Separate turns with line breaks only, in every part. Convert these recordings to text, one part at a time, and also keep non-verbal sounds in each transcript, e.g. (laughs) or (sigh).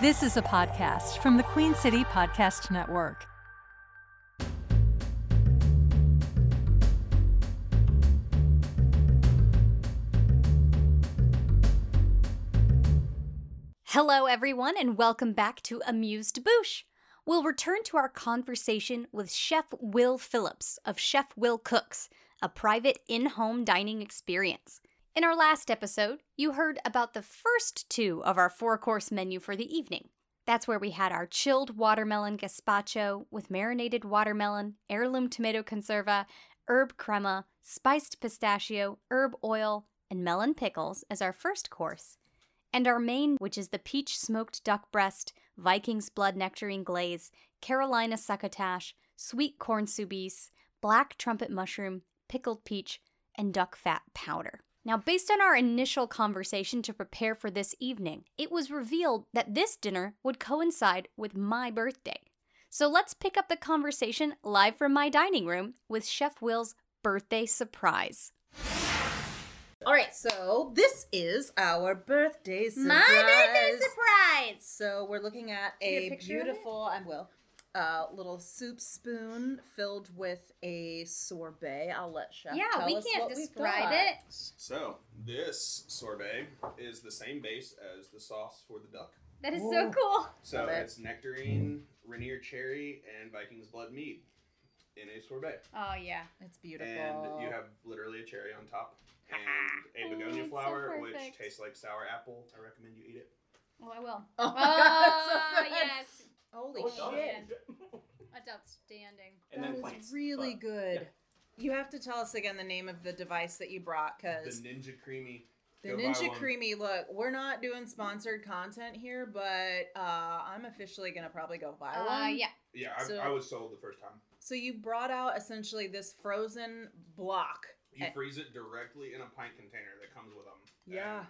This is a podcast from the Queen City Podcast Network.
Hello, everyone, and welcome back to Amused Boosh. We'll return to our conversation with Chef Will Phillips of Chef Will Cooks, a private in home dining experience. In our last episode, you heard about the first two of our four course menu for the evening. That's where we had our chilled watermelon gazpacho with marinated watermelon, heirloom tomato conserva, herb crema, spiced pistachio, herb oil, and melon pickles as our first course and our main, which is the peach smoked duck breast, Viking's blood nectarine glaze, Carolina succotash, sweet corn soubise, black trumpet mushroom, pickled peach, and duck fat powder. Now, based on our initial conversation to prepare for this evening, it was revealed that this dinner would coincide with my birthday. So let's pick up the conversation live from my dining room with Chef Will's birthday surprise.
All right, so this is our birthday surprise.
surprise!
So we're looking at
Need a
a
picture of it?
beautiful, I will, uh, little soup spoon filled with a sorbet. I'll let Chef.
Yeah,
tell
we
us
can't
what we've
describe
got.
it.
So this sorbet is the same base as the sauce for the duck.
That is so
Ooh.
cool.
So
Love it.
it's nectarine, Rainier cherry, and Viking's blood mead in a sorbet.
Oh yeah.
It's beautiful.
And you have literally a cherry on
(laughs)
top and
Oh,
a begonia
it's so
flower, which
perfect.
tastes like sour apple. I recommend you eat it.
Oh, I will.
(laughs) oh my
Oh,
God, it's so good.
yes.
Holy
Oh,
shit!
yeah. That's outstanding.
and
that
then
is
plants.
really
but
good. You have to tell us again the name of the device that you brought,
The
because
ninja creamy.
The
Go buy
Ninja
one.
Creamy. Look, we're not doing sponsored content here, but uh, I'm officially gonna probably go buy
Uh,
one.
yeah.
Yeah, I,
So-
I was sold the first time.
So you brought out essentially this frozen block.
You
Eh.
freeze it directly in a pint container that comes with them. and
Yeah.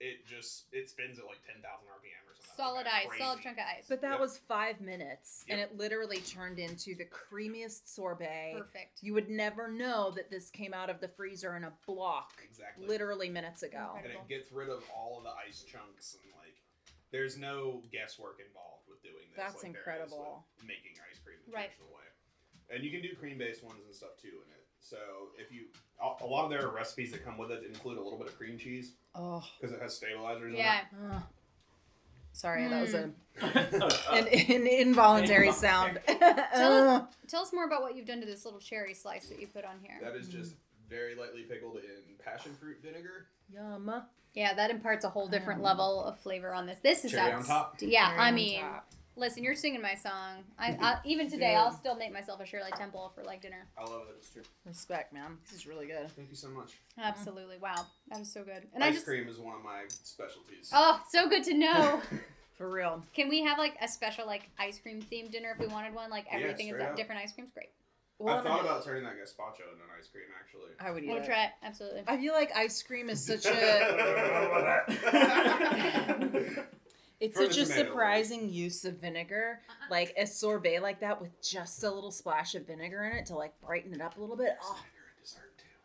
It just it spins at like ten thousand RPM or something.
Solid
like that.
ice. Solid
Crazy.
chunk of ice.
But that
Yep.
was five minutes, and
Yep.
it literally turned into the creamiest sorbet.
Perfect.
You would never know that this came out of the freezer in a block,
Exactly.
literally minutes ago.
Okay.
and
Incredible.
it gets rid of all of the ice chunks and like there's no guesswork involved with doing this.
That's
like, there is
incredible.
with making ice cream the
Right.
traditional way, and you can do cream based ones and stuff too in it. So if you, a a lot of their recipes that come with it include a little bit of cream cheese
Oh,
because it (laughs) has
(laughs)
stabilizers.
yeah.
Ugh. sorry, that was
Hmm.
a,
Uh,
an, an
(laughs)
(laughs)
involuntary sound. (laughs) Ugh.
Tell us more about what you've done to this little cherry slice that you put on here.
In it. That is just
Mm-hmm.
very lightly pickled in passion fruit vinegar.
Yum.
yeah, that imparts a whole different
Mm.
level of flavor on this. This is
Cherry on
outst-
top.
Yeah,
Cherry
I
on
mean,
top.
listen, you're singing my song. I, I even today,
Yeah.
I'll still make myself a Shirley Temple for like dinner.
I love it. It's true.
respect, man. This is really good.
Thank you so much.
Uh-huh.
Absolutely, wow, that is so good. And
ice
I just,
cream is one of my specialties.
oh, so good to
(laughs)
know.
For real.
Can we have like a special like ice cream themed dinner if we wanted one? Like
Yeah,
everything is
straight
like
up.
different ice creams. Great.
I
Well,
thought about turning that gazpacho into an ice cream actually.
I would eat
We'll
it.
try it. Absolutely.
I feel like ice cream is such a
(laughs)
(laughs)
it's
Turn
such a
the tomato away.
surprising use of vinegar.
Uh-uh.
Like a sorbet like that with just a little splash of vinegar in it to like brighten it up a little bit. Oh,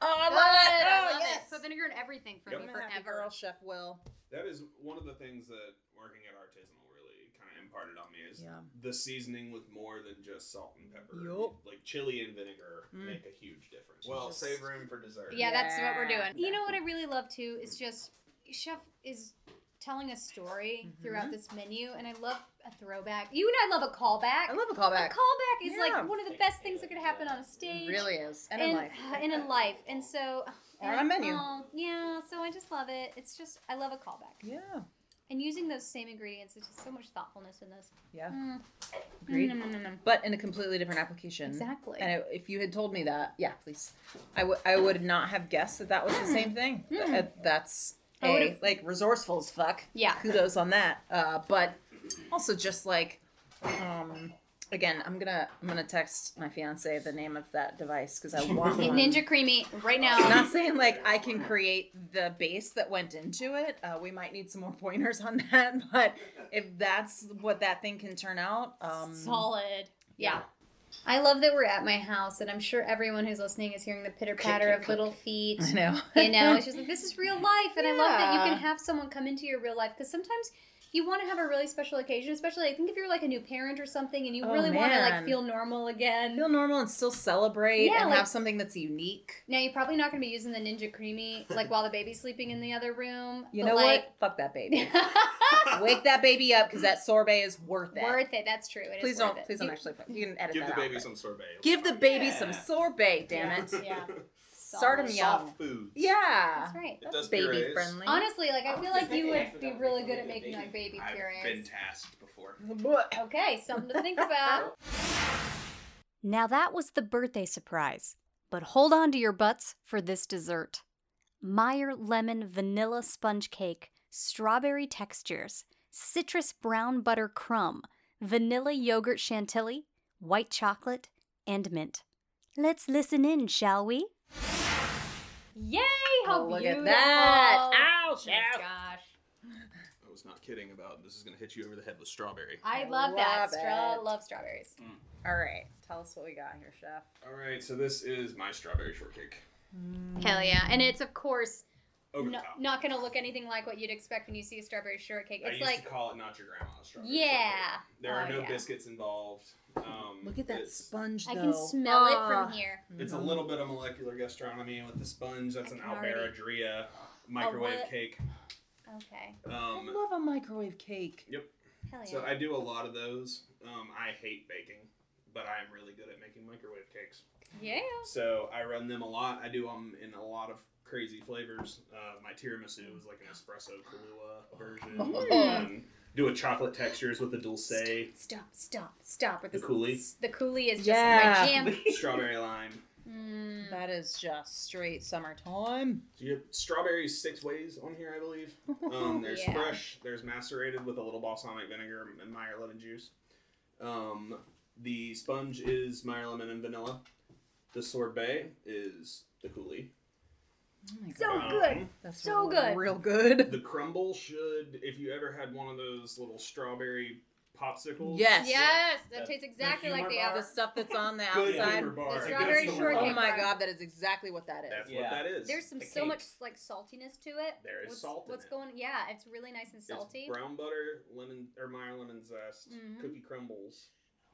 oh I love
Good.
it.
I
Oh,
love
yes.
it. Put vinegar in everything for
Yep.
me
I'm a happy
forever.
girl, Chef Will.
(laughs) That is one of the things that working at Artisanal really kind of imparted on me is
Yeah.
the seasoning with more than just salt and pepper.
Yup.
Like chili and vinegar
Mm.
make a huge difference. Well,
Just-
save room for dessert.
Yeah, that's what we're doing.
Yeah.
You know what I really love too is just chef is telling a story throughout this menu, and I love a throwback. You and I love a callback.
I love a
a
callback.
callback is
Yeah.
like one of the best things that could happen on a stage.
It really is. And,
and
in life.
and in life, and so
Or on a menu.
Oh, yeah, so I just love it. It's just I love a callback,
Yeah.
and using those same ingredients, it's just so much thoughtfulness in this.
Yeah.
Mm.
Agreed.
Mm, mm, mm, mm, mm.
But in a completely different application.
Exactly.
And it, if you had told me that, yeah, please, I would I would not have guessed that that was the same thing. Th-
Mm.
uh, that's
I
a,
would've-
like resourceful as fuck.
Yeah.
Kudos on that. Uh, but also just like, um, again, I'm gonna I'm gonna text my fiance the name of that device because
(laughs)
I want one.
Ninja creamy right now.
Not saying like I can create the base that went into it. Uh, we might need some more pointers on that, (laughs) but if that's what that thing can turn out, um,
solid. Yeah. I love that we're at my house, and I'm sure everyone who's listening is hearing the pitter patter of little feet.
(laughs)
(laughs)
I know.
You know, it's just like this is real life, and I love that you
Yeah.
can have someone come into your real life because sometimes you want to have a really special occasion, especially I think if you're like a new parent or something and you
Oh,
really want to like
man.
feel normal again.
Feel normal and still celebrate
Yeah,
and
like-
have something that's unique.
Now you're probably not going to be using the Ninja Creamy like while the baby's sleeping in the other room.
You
but,
know
like,
what? Fuck that baby.
(laughs) worth
Wake that baby up because that sorbet is worth it.
it. That's true. It is
please don't.
worth it.
Please don't
You-
actually. You can edit
Give
that
the
out,
baby
but-
some sorbet.
Give the baby
Yeah.
some sorbet. Damn it.
(laughs) Yeah.
Start 'em
Solid.
young.
Soft foods.
Yeah.
That's right.
It does
baby
purees.
friendly.
Honestly, like I
I
feel
was
like you
thinking
would
actually
be
that would
really
be
good
a
at
good
making like baby
I've been
purees.
tasked before.
(laughs) Okay, something to think about.
Now that was the birthday surprise, but hold on to your butts for this dessert. Meyer lemon vanilla sponge cake, strawberry textures, citrus brown butter crumb, vanilla yogurt chantilly, white chocolate, and mint. Let's listen in, shall we?
Yay! How
Oh, look
beautiful.
at that. Ow,
Oh my
chef.
gosh.
I was not kidding about this is going to hit you over the head with strawberry.
I love that.
Love
Stra-
it.
love strawberries.
All right. Tell us what we got here, chef.
All right, so this is my strawberry shortcake.
Hell yeah. And it's of course
Over
no-
the top.
not gonna look anything like what you'd expect when you see a strawberry shortcake.
I
It's
used
like
to call it not your grandma's strawberry.
Yeah.
shortcake. There are
Oh,
no
yeah.
biscuits involved. Um,
Look at that
It's,
sponge.
I
though.
can smell it
Ah.
from here.
it's a
Mhm.
little bit of molecular gastronomy with the sponge. That's
I
an
can already-
Albera Drea microwave
what?
cake.
Okay.
Um,
I love a microwave cake.
yep.
Hell yeah.
So I do a lot of those. Um, I hate baking, but I am really good at making microwave cakes.
yeah.
So I run them a lot. I do them in a lot of crazy flavors. Uh, my tiramisu was like an espresso Kahlua version.
Mm.
Um, do a chocolate textures with the dulce,
Stop, stop, stop with
The
this-
coolie?
The coolie is just
Yeah.
my
(laughs)
(laughs) jam.
strawberry lime.
Mm.
That is just straight summertime.
So you have strawberries six ways on here, I believe.
(laughs)
Um, there's
Yeah.
fresh, there's macerated with a little balsamic vinegar and Meyer lemon juice. Um, the sponge is Meyer lemon and vanilla. The sorbet is the coulis. Um,
Oh my
So
God.
good.
That's
so good.
Real good.
(laughs) The crumble should, if you ever had one of those little strawberry popsicles.
Yes.
Yes, that
That-
tastes exactly
the
like the
humor
apple.
The stuff that's on the
Good
outside.
humor bar.
The strawberry
That's the word.
shortcake.
Oh my
bar.
god, that is exactly what that is.
That's
Yeah.
what that is.
There's some
A
so
cake.
much like saltiness to it.
There is
what's,
salt in
What's
it.
going? Yeah, it's really nice and
It's
salty.
brown butter, lemon or Meyer lemon zest,
Mhm.
cookie crumbles,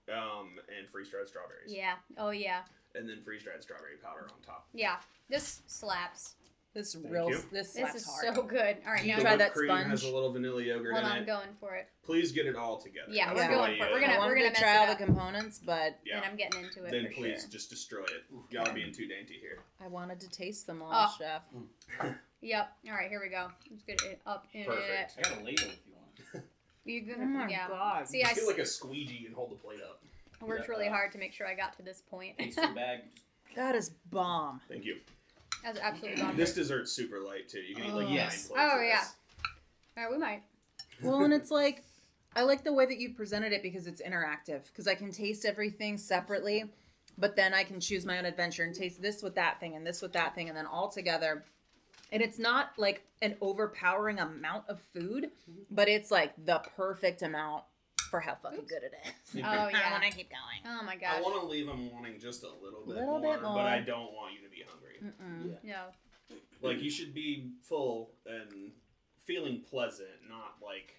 um, and freeze dried strawberries.
Yeah. Oh yeah.
and then freeze dried strawberry powder on top.
Yeah. This slaps.
This
Thank
real.
you.
This
This
slaps
is
hard.
so good. All right,
You
now
the
try
whipped
that
cream
sponge?
has a little vanilla yogurt
hold
in
on.
it.
I'm going for it,
Please get it all together.
Yeah,
That's
we're
the
going
way
for it.
you-
We're gonna-
I
we're
wanted to
mess
try
it
all the
up.
components, but
Yeah.
and I'm getting into it.
then
for
please
Sure.
just destroy it. Y'all being too dainty here.
I wanted to taste them all,
Oh.
chef.
Yep. All right, here we go. Let's get it up in
Perfect.
I got a ladle if you
(laughs)
want.
it. You
Oh my
gonna? yeah.
god.
See, I
feel
s-
like a squeegee and hold the plate up.
worked really hard to make sure I got to this point. (laughs)
Pastry bag.
that is bomb.
Thank you.
That's absolutely bomb.
This dessert's super light too. You can eat like
Oh.
nine
Yes.
plates
Oh,
of
yeah.
this.
All right, we might.
(laughs) Well, and it's like I like the way that you presented it because it's interactive. Because I can taste everything separately, but then I can choose my own adventure and taste this with that thing and this with that thing, and then all together. And it's not like an overpowering amount of food, but it's like the perfect amount for how fucking good it is.
Oh, yeah.
I want to keep going.
Oh my
I
gosh.
want to leave them wanting just a little bit,
Little
more,
bit more.
but I don't want you to be hungry.
Mm-mm.
No. Mm-hmm.
Like you should be full and feeling pleasant, not like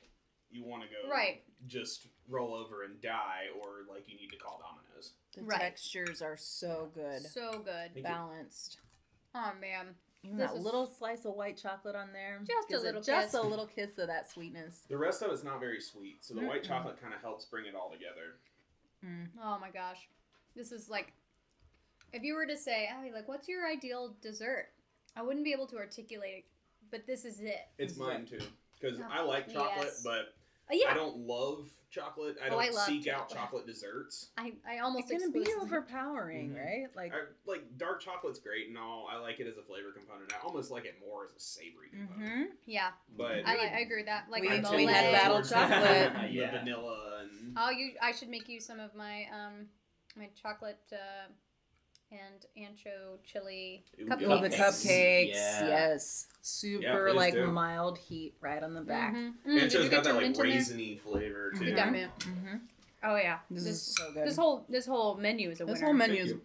you want to go
Right.
just roll over and die, or like you need to call Domino's.
The
Right.
textures are so good,
So good.
you.
balanced.
Oh man.
Even
This
that
is-
little slice of white chocolate on there,
Just a
gives it
little
just
kiss.
a little kiss of that sweetness.
The rest of it's not very sweet, so the white
Mm-mm.
chocolate kind of helps bring it all together.
Oh my gosh. This is like if you were to say, Abby, like what's your ideal dessert? I wouldn't be able to articulate it, but this is it.
It's
Is
mine too, because
Oh,
I like chocolate,
yes.
but
Uh, yeah.
I don't love chocolate. I
Oh,
don't
I love
seek out
chocolate.
chocolate desserts.
I, I almost
It's gonna be
exclusively-
overpowering,
Mhm.
right? Like,
I, like dark chocolate's great and all. I like it as a flavor component. I almost like it more as a savory component.
hmm
Yeah.
But
I, like, Mm-hmm. I agree with that. Like
We-
a
I
we
tend
mole.
to
had
go (laughs)
battle
towards the-
chocolate.
the
Yeah.
vanilla and
Oh, you I should make you some of my um my chocolate uh and ancho chili
Ooh,
cupcakes.
oh, the
Cupcakes.
cupcakes,
Yeah.
yes, super
please
like
do.
mild heat right on the back.
Mhm. Mm,
And
did
it's
you
just
get
got that
your
like
mint in there?
raisiny flavor too.
You got mint.
hmm
Oh yeah.
This, is so good.
This whole this whole menu is a
This
winner.
whole menu is
you.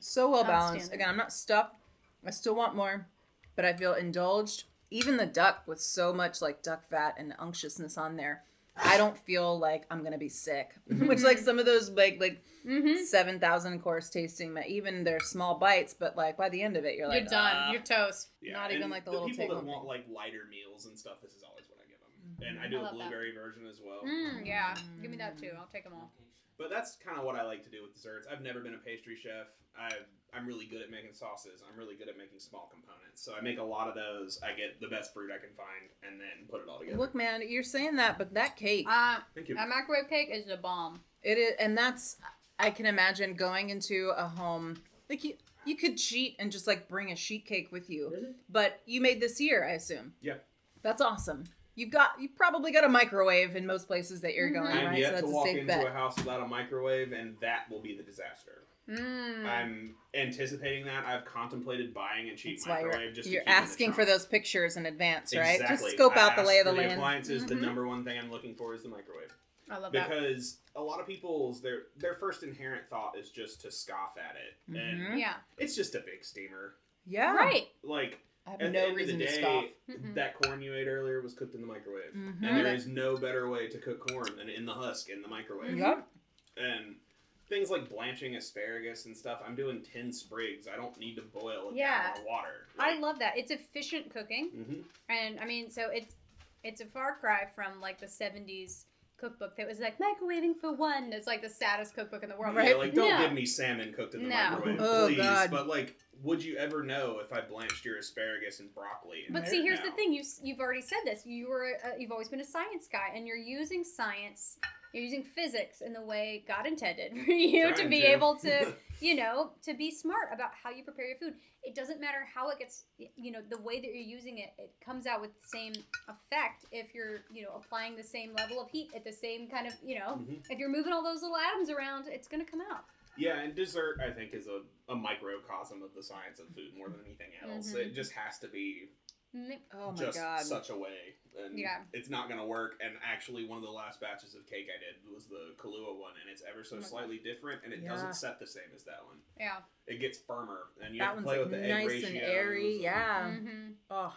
so well balanced.
Outstanding.
Again, I'm not stuffed. I still want more, but I feel indulged. Even the duck with so much like duck fat and unctuousness on there I don't feel like I'm gonna be sick. (laughs) Which like some of those like like
Mm-hmm.
seven thousand course tasting, even they're small bites, but like by the end of it, you're like
You're done.
"Ah."
You're toast.
Yeah,
Not even,
and
like, the little
people
take
that
home
want like lighter meals and stuff. This is always what I give them, and I
I
do the
love that.
blueberry version as well.
Mm, yeah. Give me that too. I'll take them all.
But that's kind of what I like to do with desserts. I've never been a pastry chef. I I'm really good at making sauces. I'm really good at making small components. So I make a lot of those. I get the best fruit I can find, and then put it all together.
"Ah, Look, man, you're saying that, but that cake,
Uh,
Thank you.
a microwave cake is the bomb.
it is, and that's I can imagine going into a home like you. You could cheat and just like bring a sheet cake with you, but you made this year, I assume.
yeah,
That's awesome. You got you probably got a microwave in most places that you're going,
Mm-hmm.
I'm
right?
yet
so
to
that's a
walk
safe
into
bet.
a house without a microwave, and that will be the disaster.
Hmm.
Mm.
I'm anticipating that. I've contemplated buying a cheap
That's why
microwave
you're,
just
you're
to keep in the
asking for
trunk.
those pictures in advance, right?
Exactly.
Just scope
I
out the lay of
asked
the
for
land. Mm-hmm.
appliances, the number one thing I'm looking for is the microwave.
I love that.
because a lot of people's their their first inherent thought is just to scoff at it and
Mhm.
Yeah.
it's just a big steamer
Yeah,
Right.
like
I have
at the
no
end of
reason
the
to
day,
scoff.
Mm-mm. Mm-hmm.
that corn you ate earlier was cooked in the microwave
Mhm.
and there is no better way to cook corn than in the husk in the microwave
Yup.
and things like blanching asparagus and stuff i'm doing 10 sprigs i don't need to boil it
Yeah.
down in water
I love that. It's efficient cooking.
hmm
And I mean, so it's it's a far cry from like the '70s cookbook that was like microwaving for one. It's like the saddest cookbook in the world.
Yeah, like don't
No.
give me salmon cooked in the
No.
microwave,
Oh,
please.
God.
But like, would you ever know if I blanched your asparagus and broccoli? in
But
there
see, here's
now?
the thing. You s- you've already said this. You were uh, you've always been a science guy, and you're using science. You're using physics in the way God intended (laughs) for you to
Trying
be
to.
able
(laughs)
to, you know, to be smart about how you prepare your food. It doesn't matter how it gets, you know, the way that you're using it, it comes out with the same effect if you're, you know, applying the same level of heat at the same kind of, you know,
Mhm.
if you're moving all those little atoms around, it's going to come out.
Yeah, and dessert I think is a, a microcosm of the science of food more than anything else.
Mhm.
It just has to be
Mm,
Oh my
just
god.
such a way, and
Yeah.
it's not gonna work. And actually, one of the last batches of cake I did was the Kahlua one, and it's ever so
Oh my God.
slightly different, and it
Yeah.
doesn't set the same as that one.
Yeah.
It gets firmer, and you
that
have to
one's
play
like
with the egg
nice
ratios
and airy.
and-
Yeah.
hmm
Oh,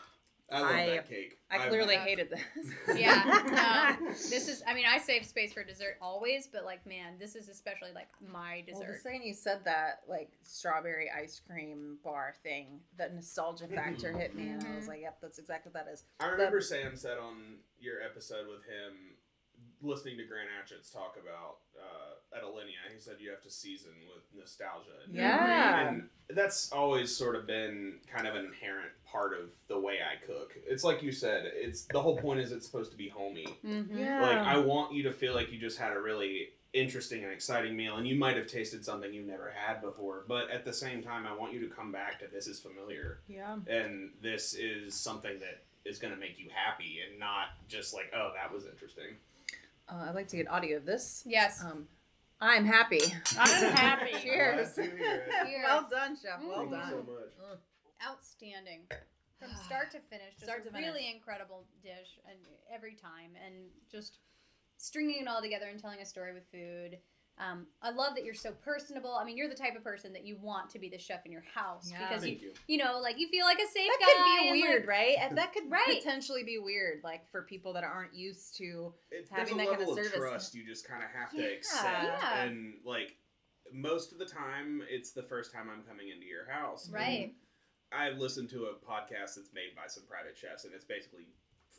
I love
I-
that cake.
I
(laughs)
clearly
God.
hated this.
Mm-hmm.
(laughs)
(laughs)
Yeah, no, this is. I mean, I save space for dessert always, but like, man, this is especially like my
Well, the
dessert.
second you said that, like strawberry ice cream bar thing, that
Mm-hmm.
nostalgia factor hit me, and I was
Mhm.
like, "Yep, that's exactly what that is."
I remember Sam said on your episode with him, listening to Grant Atchett's talk about uh, at Alinea, he said you have to season with nostalgia. and memory.
Mm-hmm.
Yeah.
And that's always sort of been kind of an inherent part of the way I cook. It's like you said, it's the whole point is it's supposed to be homey.
Mm-hmm.
Like I want you to feel like you just had a really interesting and exciting meal and you might have tasted something you've never had before, but at the same time I want you to come back to this is familiar
yeah.
and this is something that is going to make you happy and not just like oh that was interesting
Uh, I'd like to get audio of this.
Yes.
Um, I'm happy.
I'm happy.
(laughs) Cheers.
(laughs) Glad to hear it.
Cheers.
well done, chef.
Mm.
Well
Thank you
done.
so much.
Outstanding. (sighs) From start to finish, just
Start
a
to finish.
really incredible dish, and every time, and just stringing it all together and telling a story with food. Um, I love that you're so personable. I mean, you're the type of person that you want to be the chef in your house
Yeah.
because you,
thank you
you know, like you feel like a safe
That
guy.
could be
and, like,
weird, right?
(laughs)
And That could
Right.
potentially be weird, like for people that aren't used to.
it, there's a
Having that kind of
level of,
service.
trust you just kind of have
Yeah.
to accept
Yeah.
and like most of the time it's the first time i'm coming into your house
Right.
i listened to a podcast that's made by some private chefs and it's basically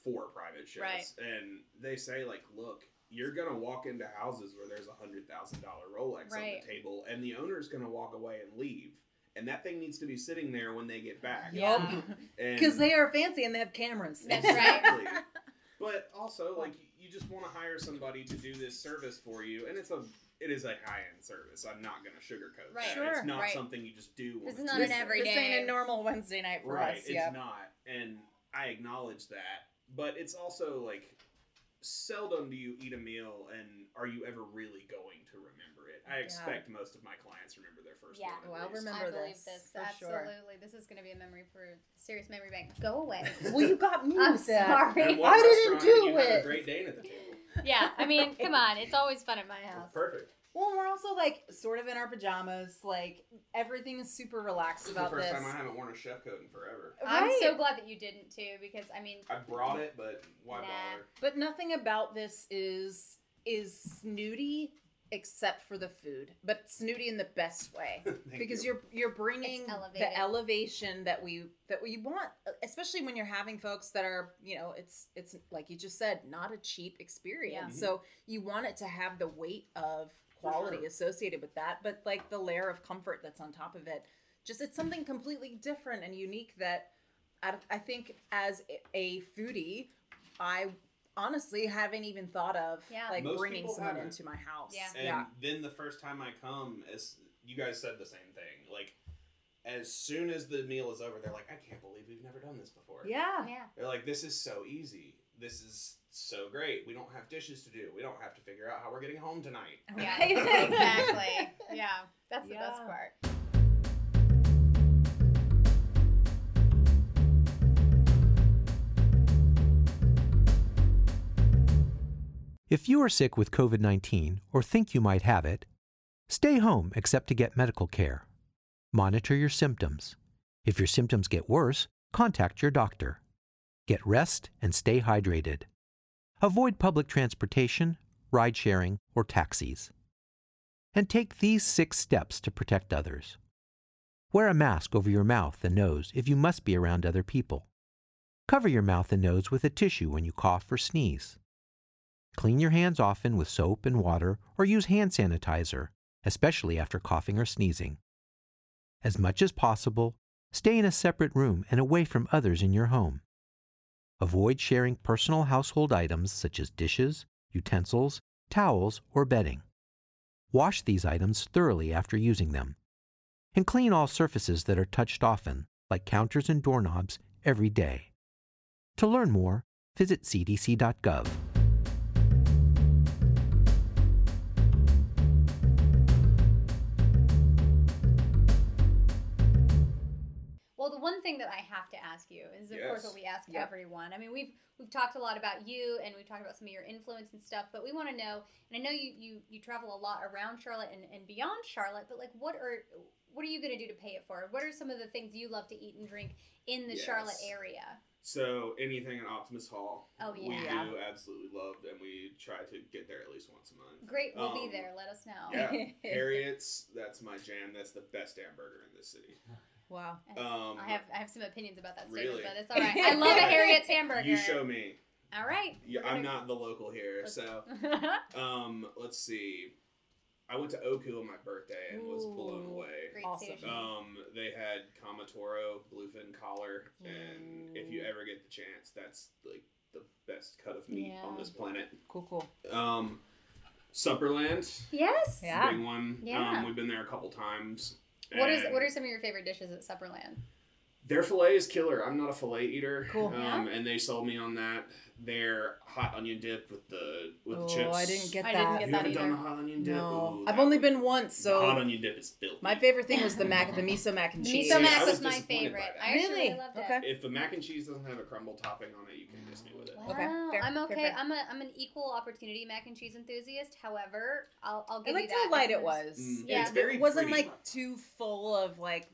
for private chefs
Right.
and they say like look you're gonna walk into houses where there's a hundred thousand dollar rolex on
Right.
the table and the owner's gonna walk away and leave and that thing needs to be sitting there when they get back
Yeah.
(laughs)
And-
Because they are fancy and they have cameras.
That's right.
(laughs)
Exactly. but also, like, you just want to hire somebody to do this service for you, and it's a it is a high end service. I'm not going to sugarcoat
Right.
that.
Sure.
it's not
Right.
something you just do. on
This
a
is not an
this,
Tuesday.
every
this ain't
day.
a normal Wednesday night for
right.
us.
It's
Yeah.
not, and I acknowledge that. But it's also like seldom do you eat a meal and are you ever really going to remember it? I
Yeah.
expect most of my clients remember their first
Yeah.
one. at
Well, I'll
least. (laughs)
remember
I believe
this,
this.
for sure.
Absolutely. This is going to be a memory for serious memory bank. Go away. (laughs)
Well, you got me
I'm
with that.
sorry. (laughs)
And what
I didn't
restaurant did
do
you have
it.
A great Dane at the table.
(laughs)
yeah, I mean, come on. It's always fun at my house.
Perfect.
Well, we're also like sort of in our pajamas. Like everything is super relaxed
This is the
about
first
this.
time I haven't worn a chef coat in forever.
I'm
Right.
so glad that you didn't too, because I mean,
I brought it, but why
Nah.
bother? (laughs)
But nothing about this is is snooty except for the food, but snooty in the best way
Thank
because
you.
you're you're bringing
It's elevated.
the elevation that we that we want, especially when you're having folks that are you know it's it's like you just said not a cheap experience,
Yeah.
so you want it to have the weight of quality
sure.
associated with that, but like the layer of comfort that's on top of it, just it's something completely different and unique that I, I think as a foodie, I honestly haven't even thought of
Yeah.
like
Most
bringing
people
someone
haven't.
into my house.
Yeah.
And then the first time I come, as you guys said the same thing. Like, as soon as the meal is over, they're like, "I can't believe we've never done this before."
yeah.
yeah,
(laughs)
They're like, "This is so easy. This is so great. We don't have dishes to do. We don't have to figure out how we're getting home tonight."
Oh.
yeah, (laughs)
Right.
exactly.
(laughs)
Yeah, that's the best
Yeah.
part.
If you are sick with COVID 19 or think you might have it, stay home except to get medical care. Monitor your symptoms. If your symptoms get worse, contact your doctor. Get rest and stay hydrated. Avoid public transportation, ride sharing, or taxis. And take these six steps to protect others. Wear a mask over your mouth and nose if you must be around other people. Cover your mouth and nose with a tissue when you cough or sneeze. Clean your hands often with soap and water or use hand sanitizer, especially after coughing or sneezing. As much as possible, stay in a separate room and away from others in your home. Avoid sharing personal household items such as dishes, utensils, towels, or bedding. Wash these items thoroughly after using them. And clean all surfaces that are touched often, like counters and doorknobs, every day. To learn more, visit cdc.gov.
Well, the one thing that I have to ask you is, of course,
Yes.
what we ask
Yep.
everyone. I mean, we've we've talked a lot about you, and we've talked about some of your influence and stuff. But we want to know, and I know you you you travel a lot around Charlotte and, and beyond Charlotte. But like, what are what are you going to do to pay it forward? What are some of the things you love to eat and drink in the Charlotte
Yes.
area?
So anything at Optimus Hall,
Oh,
we
yeah.
do absolutely love, and we try to get there at least once a month.
Great, we'll be
Um,
there. Let us know. (laughs)
Yeah, Harriet's. That's my jam. That's the best damn burger in this city.
Wow.
Um,
I have I have some opinions about that statement,
Really?
but it's all right. I
(laughs)
love a Harriet's hamburger.
You show me.
all right. (laughs)
Yeah,
We're
I'm
gonna-
not the local here, so um, let's see. I went to Oku on my birthday and was blown
Ooh,
away.
Great
Awesome.
sushi.
Um, they had Kamatoro bluefin collar, and if you
Ooh.
ever get the chance, that's like the best cut of meat on
Yeah.
this planet.
Cool, cool.
Um, Supperland,
yes.
Yeah.
big one.
Yeah.
Um, we've been there a couple times.
What is
and-
what are some of your favorite dishes at Supperland?
Their filet is killer. I'm not a filet eater.
Cool.
Um,
Yeah.
And they sold me on that. Their hot onion dip with the with
Oh,
the chips.
I didn't get
I
that.
didn't
You
get
haven't
that
done the
either.
hot onion dip.
No,
Ooh,
I've
that
only
one-
been once,
the hot
so
onion dip is filthy.
my favorite thing was the mac, the miso mac and
Miso
cheese.
I
mac was
was
my
disappointed by
favorite.
that.
I actually
Really?
really loved it.
Okay.
If the mac and cheese doesn't have a crumble topping on it, you can miss me with it. Mm,
Wow.
Okay, fair,
I'm
fair,
okay.
fair.
I'm a I'm an equal opportunity mac and cheese enthusiast. However, I'll I'll
I (laughs)
give you
liked
that.
how light it
There's-
was.
Mm,
Yeah,
it's very
it wasn't
pretty.
like too full of like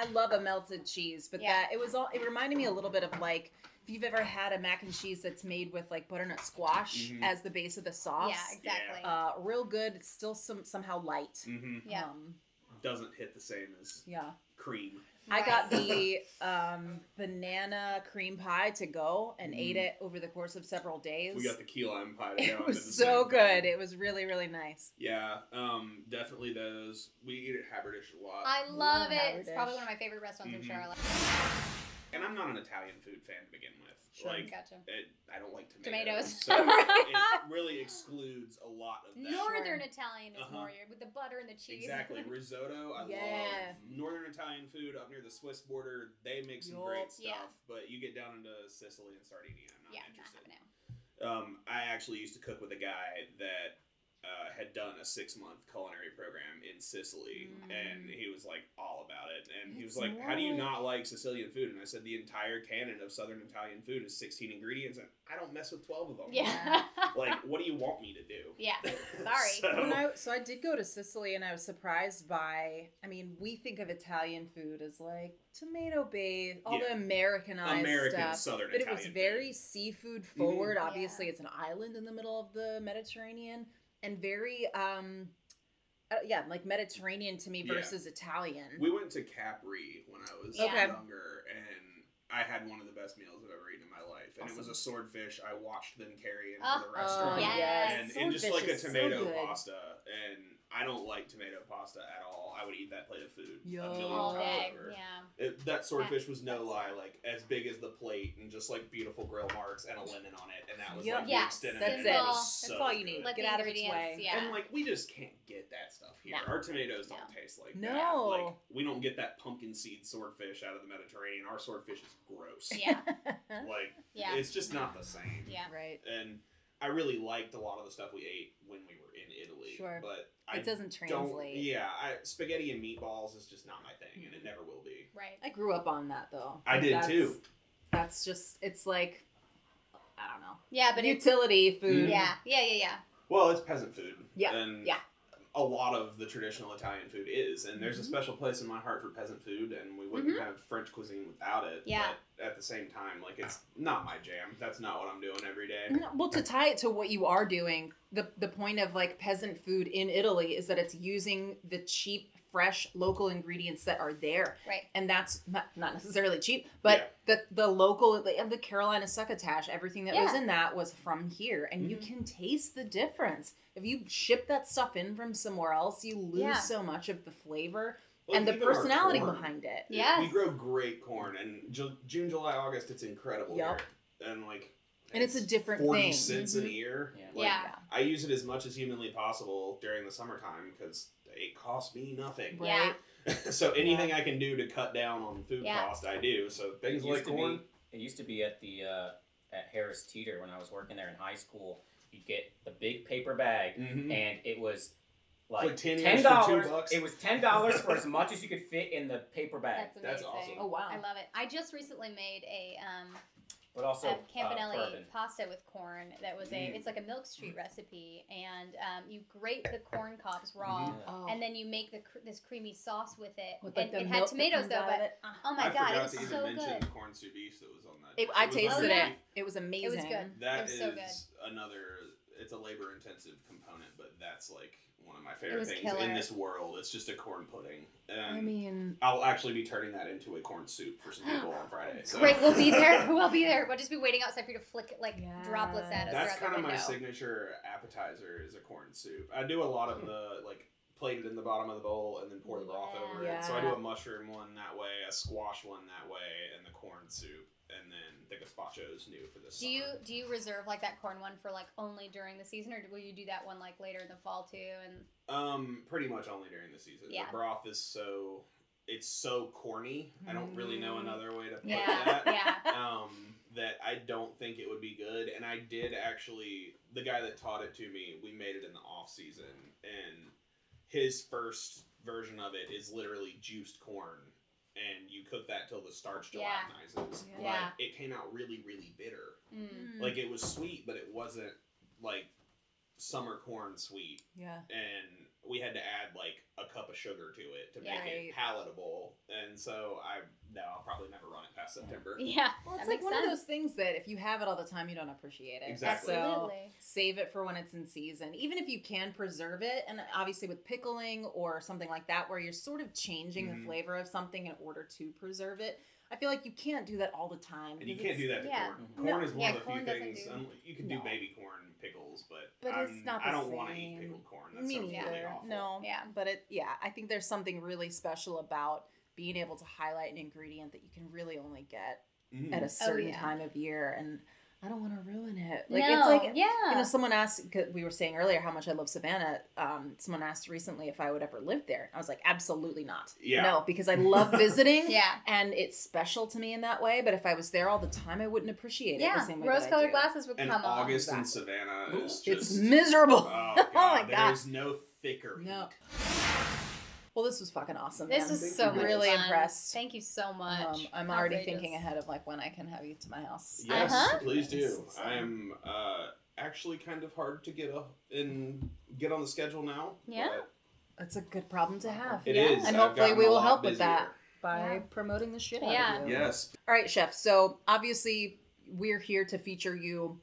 I love a melted cheese, but
Yeah.
that it was all it reminded me a little bit of like if you've ever had a mac and cheese that's made with like butternut squash
Mhm.
as the base of the sauce.
Yeah, exactly. Yeah.
Uh real good, it's still some somehow light.
hmm
Um,
Doesn't hit the same as
yeah.
cream.
I got
Right.
the um, banana cream pie to go and ate it over the course of several days.
Mm-hmm. We
(laughs)
got the key lime pie. to go
it
into the
was so
same
good.
bag.
It was really, really nice.
Yeah, um, definitely those. We eat at Haberdish a lot.
I love
Love
it. It's
Haberdish.
probably one of my favorite restaurants
Mhm.
in Charlotte.
and I'm not an Italian food fan to begin with.
Sure.
Like,
Gotcha.
it, I don't like
Tomatoes.
tomatoes. So it really excludes a lot of that.
Northern Italian is
Uh-huh.
more your with the butter and the cheese.
Exactly. Risotto, I
Yeah.
love. Northern Italian food up near the Swiss border, they make some
Yup.
great stuff.
Yeah.
But you get down into Sicily and Sardinia, I'm not
yeah, not
interested.
happening.
Um, I actually used to cook with a guy that uh, had done a six month culinary program in Sicily,
Mm.
and he was like all about it. And he was
That's
like, "How do you
nice.
not like Sicilian food?" And I said, "The entire canon of Southern Italian food is sixteen ingredients, and I don't mess with twelve of them.
Yeah. (laughs)
(laughs)
like, what do you want me to do?"
yeah. Sorry.
When
So,
I, so I did go to Sicily and I was surprised by, I mean, we think of Italian food as like tomato based, all the
Yeah.
Americanized
(laughs) American
stuff.
Southern
but uh, it was
Italian Mm-hmm.
very
food.
seafood forward.
Mhm.
Obviously, it's an island in the middle of the Mediterranean and very, um, uh, yeah, like Mediterranean to me
Yeah.
versus Italian.
we went to Capri when I was
Okay.
younger, and I had one of the best meals I've ever eaten in my life, and it was
Awesome.
a swordfish. I watched them carry into
Oh,
the restaurant,
yes.
and, and just like
Swordfish
a
is so
tomato
good.
(laughs)
pasta. And I don't like tomato pasta at all. I would eat that plate of food
Yo. Oh,
a million
All
times
day.
over.
Yeah.
It, that swordfish was no lie, like as big as the plate, and just like beautiful grill marks and a lemon on it, and that was
Yup.
like
Yes,
mixed in. and
that's
it.
it.
was
That's
so
all you need.
good.
Let
Get
the
out of its
ingredients.
way.
Yeah.
And like we just can't get that stuff here.
No.
Our tomatoes don't
No.
taste like
No.
that. Like we don't get that pumpkin seed swordfish out of the Mediterranean. Our swordfish is gross.
(laughs) yeah.
Like
Yeah.
it's just not the same.
Yeah.
Right.
And I really liked a lot of the stuff we ate when we were in Italy.
Sure.
But I
It doesn't
don't.
translate.
Yeah, I, spaghetti and meatballs is just not my thing,
Mm-hmm.
and it never will be.
Right.
I grew up on that though.
I
Like,
did
that's-
too.
That's just, it's like, I don't know.
Yeah, but
But
it's
utility
Mm-hmm.
food.
yeah, yeah, yeah, yeah.
Well, it's peasant food.
Yeah,
And
yeah.
A lot of the traditional Italian food is, and there's
Mhm.
a special place in my heart for peasant food, and we wouldn't
Mm-hmm.
have French cuisine without it.
Yeah.
But at the same time, like it's not my jam. That's not what I'm doing every day.
No, Well, to tie it to what you are doing, the the point of like peasant food in Italy is that it's using the cheap, fresh, local ingredients that are there,
Right.
and that's not, not necessarily cheap, but the the local the, the Carolina succotash, everything that was
Yeah.
in that was from here, and you
Mm-hmm.
can taste the difference. If you ship that stuff in from somewhere else, you lose
Yeah.
so much of the flavor
Like,
and the
even our
personality
corn.
behind it.
It-
Yes.
We grow great corn, and Ju- June, July, August, it's incredible.
Yup.
Here. And like,
And it's a different
40
thing. Mm-hmm.
cents an ear. Like,
Yeah.
I use it as much as humanly possible during the summertime because it costs me nothing.
Yeah.
Right?
so anything I can do to cut down on food
Yeah.
cost, I do. So things
used
like
to
corn.
Be, it used to be at the uh, at Harris Teeter when I was working there in high school. You'd get the big paper bag,
Mhm.
Mm-hmm.
and it was like
like 10
ten
years for two
dollars.
bucks.
It was ten dollars for
(laughs)
as much as you could fit in the paper bag.
That's amazing.
That's awesome.
Oh wow.
I love it. I just recently made a um
But also
a
uh,
campanelli
bourbon.
pasta with corn that was a
Mm.
it's like a milk street recipe and um, you grate the corn cobs raw
Mm-hmm.
Mhm.
Oh.
and then you make the cr- this creamy sauce with it
With, like,
and
the
it
milk
had
that
tomatoes
comes
though
out of
but
it.
oh my
I
god
forgot
it
to
was
even
so
mention
good.
corn sous vide that was on that.
It,
dish.
I
was
tasted
Oh, yeah.
it. It was amazing.
It was good.
That
It
is
was so
another. It's a labor-intensive component, but that's like one of my
It
favorite
was
things
killer.
in this world. It's just a corn pudding. And
I mean,
I'll actually be turning that into a corn soup for some people on Friday. So.
Great, we'll be
(laughs)
there.
(laughs)
We'll be there. We'll just be waiting outside for you to flick like
Yes.
droplets at us.
That's
throughout
kind
the
of my
window.
signature appetizer is a corn soup. I do a lot
Hmm.
of the like plate it in the bottom of the bowl and then pour the broth over it. So I do
Yeah.
a mushroom one that way, a squash one that way, and the corn soup, and then the gazpacho is new for this.
Do you
summer.
do you reserve like that corn one for like only during the season, or will you do that one like later in the fall too? And
Um, pretty much only during the season.
Yeah.
The broth is so it's so corny. I don't really know
Mm.
another way to put
yeah,
that.
yeah,
um, that I don't think it would be good. And I did actually, the guy that taught it to me, we made it in the off season, and his first version of it is literally juiced corn, and you cook that till the starch
Yeah.
gelatinizes.
Yeah.
Like,
Yeah.
it came out really, really bitter.
mm.
Like it was sweet, but it wasn't like summer corn sweet
yeah.
and we had to add like a cup of sugar to it to
Yeah.
make it palatable. And so I no, I'll probably never run it past September.
(laughs) yeah.
Well, it's
That
like
makes
one of
sense.
those things that if you have it all the time, you don't appreciate it.
Exactly.
So
Absolutely.
save it for when it's in season. Even if you can preserve it, and obviously with pickling or something like that, where you're sort of changing
Mhm.
the flavor of something in order to preserve it, I feel like you can't do that all the time.
And you
because
can't do
it's-
that to
Yeah.
corn.
Mhm.
Corn is one
Yeah,
of the
corn
few
doesn't
things
do-
um, you can
No.
do baby corn pickles, but,
But it's
I'm-
not
I
the
don't want to eat
same.
pickled corn. That
Me
sounds
neither.
really awful.
No.
Yeah.
But it, yeah, I think there's something really special about being able to highlight an ingredient that you can really only get
Mm.
at a certain
Oh, yeah.
time of year, and I don't want to ruin it. Like
no.
it's like
yeah.
You know, someone asked, 'cause we were saying earlier how much I love Savannah. Um, someone asked recently if I would ever live there. I was like, absolutely not.
Yeah.
No, because I love
(laughs)
visiting.
yeah.
And it's special to me in that way. But if I was there all the time, I wouldn't appreciate it the
Yeah.
same way. that I
Rose colored
do.
glasses would
And
come on.
August in
exactly.
Savannah is
It's
just
miserable.
Oh,
(laughs) Oh,
God,
my God.
There's no thicker
No.
heat.
Well, this was fucking awesome.
This
man.
was
Thank
so
you.
much
Really
fun.
impressed.
Thank you so much.
Um, I'm already
Outrageous.
thinking ahead of like when I can have you to my house.
Yes,
Uh-huh.
please
This
do.
is-
I am uh, actually kind of hard to get a, in get on the schedule now.
Yeah.
but
That's a good problem to have.
It is,
Yeah.
And
I've
hopefully
gotten
we
a
will
lot
help with
busier.
that by
Yeah.
promoting the shit out
Yeah.
of you.
Yes.
All right, chef. So obviously, we're here to feature you.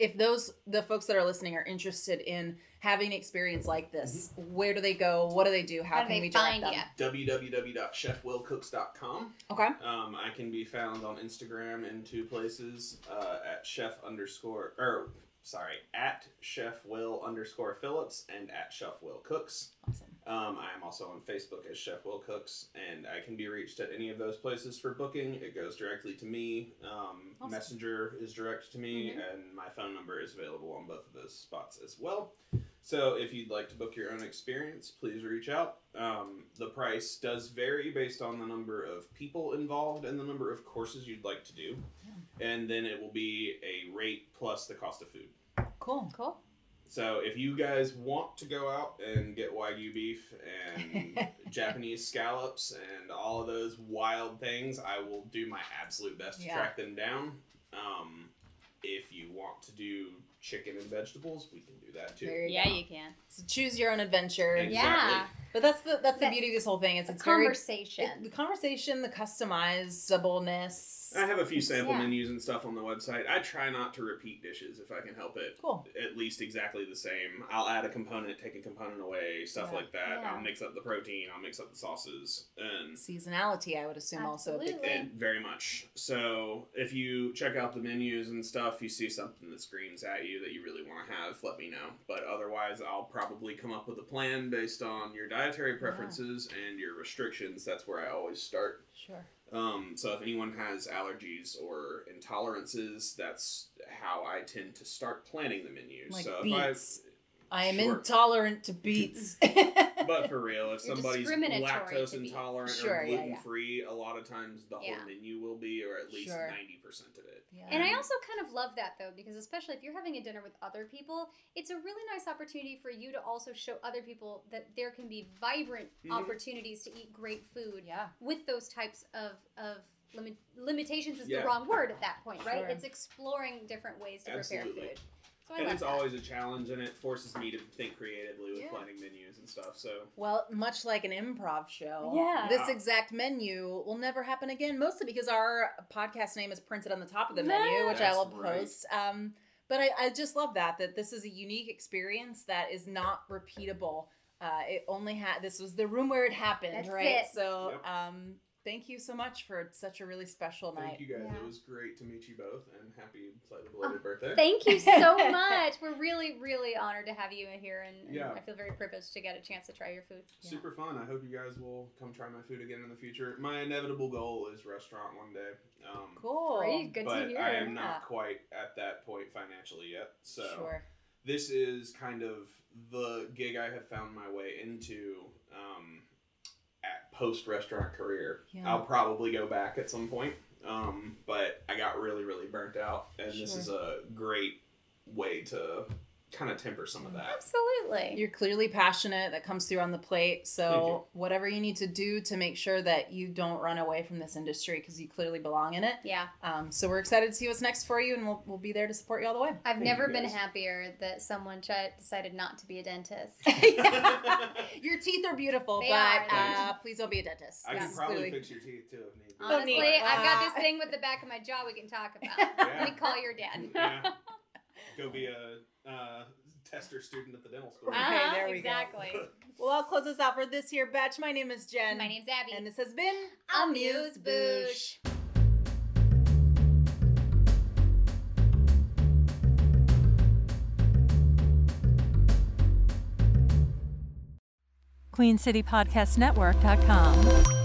If those the folks that are listening are interested in having an experience like this, where do they go? What do they do?
Mm-hmm. How
How,
do they
can we
find
direct them?
ya?
www.chefwillcooks.com.
Okay.
Um, I can be found on Instagram in two places uh, at chef underscore or sorry at chef will underscore Phillips and at chef will cooks.
Awesome.
Um, I am also on Facebook as Chef Will Cooks, and I can be reached at any of those places for booking. It goes directly to me. Um,
Awesome.
Messenger is direct to me, and my phone number is available on both of those spots as well. So if you'd like to book your own experience, please reach out. Um, the price does vary based on the number of people involved and the number of courses you'd like to do, and then it will be a rate plus the cost of food.
Cool.
Cool.
So if you guys want to go out and get wagyu beef and
(laughs)
Japanese scallops and all of those wild things, I will do my absolute best to
Yeah.
track them down. Um, if you want to do chicken and vegetables, we can do that too.
There you
Yeah,
go.
you can.
So choose your own adventure.
Exactly.
Yeah.
But that's the that's the
That-
beauty of this whole thing. Is
A
it's very
conversation.
it- the conversation, the customizableness.
Uh-huh.
I have a few sample
Yeah.
menus and stuff on the website. I try not to repeat dishes if I can help it.
Cool.
At least exactly the same. I'll add a component, take a component away, stuff
Yeah.
like that.
Yeah.
I'll mix up the protein, I'll mix up the sauces, and
Seasonality, I would assume, also a big
Absolutely.
thing.
And very much. So if you check out the menus and stuff, you see something that screams at you that you really want to have, let me know. But otherwise, I'll probably come up with a plan based on your dietary preferences and your restrictions. That's where I always start.
Sure.
Um, so if anyone has allergies or intolerances, that's how I tend to start planning the menu.
Like
so
beets. I am
Sure.
intolerant to beets. (laughs)
if I, (laughs) but for real, if
You're
somebody's
discriminatory
lactose
to beets.
intolerant
Sure,
or
yeah, yeah.
gluten free, a lot of times the
Yeah.
whole menu will be, or at least
Sure.
ninety percent of it.
Yeah.
And I also kind of love that though, because especially if you're having a dinner with other people, it's a really nice opportunity for you to also show other people that there can be vibrant
Mhm.
opportunities to eat great food
yeah.
with those types of of limi- limitations is
Yeah.
the wrong word at that point, right?
Sure.
It's exploring different ways to
Absolutely.
prepare food. So Oh, I
and
like
it's
that.
always a challenge and it forces me to think creatively with
Yeah.
planning menus and stuff so
Well, much like an improv show,
Yeah.
this exact menu will never happen again, mostly because our podcast name is printed on the top of the menu, which I
That's
will
right.
post. Um, but I, I just love that, that this is a unique experience that is not repeatable. Uh, it only had, this was the room where it happened,
That's
right?
it.
So
Yep.
um, thank you so much for such a really special night.
thank you guys
Yeah. Oh,
it was great to meet you both and happy slightly belated birthday
Thank
(laughs)
you so much. We're really, really honored to have you in here, and, and
Yeah.
I feel very privileged to get a chance to try your food.
super fun i hope you guys will come try my food again in the future my inevitable goal is restaurant one day um
Cool.
Great, good to
but
hear.
i am
Yeah.
not quite at that point financially yet so
Sure.
this is kind of the gig I have found my way into um, at post restaurant career.
Yeah.
I'll probably go back at some point, um, but I got really really burnt out, and this
Sure.
is a great way to kind of temper some
(laughs)
of that.
Absolutely.
You're clearly passionate. That comes through on the plate.
Thank
So whatever you need to do to make sure that you don't run away from this industry because you clearly belong in it.
yeah.
Um, so we're excited to see what's next for you, and we'll, we'll be there to support you all the
(laughs)
way.
I've
Thank
never
you,
been
guys.
happier that someone ch- decided not to be a dentist.
(laughs)
Your teeth are beautiful,
They
but
are.
Uh, please don't be a dentist.
I
This
can
is
probably
clearly-
fix your teeth too if need be.
Honestly,
Neat.
I've got this
Uh,
thing with the back of my jaw we can talk about.
(laughs)
Let me call your dad.
yeah.
(laughs)
Go be a uh, tester student at the dental school.
Right. Okay, there we go.
exactly.
Well, I'll close this out for this here batch. My name is Jen.
My name's Abby.
(laughs) and this has been
Amuse Boosh.
QueenCityPodcastNetwork.com.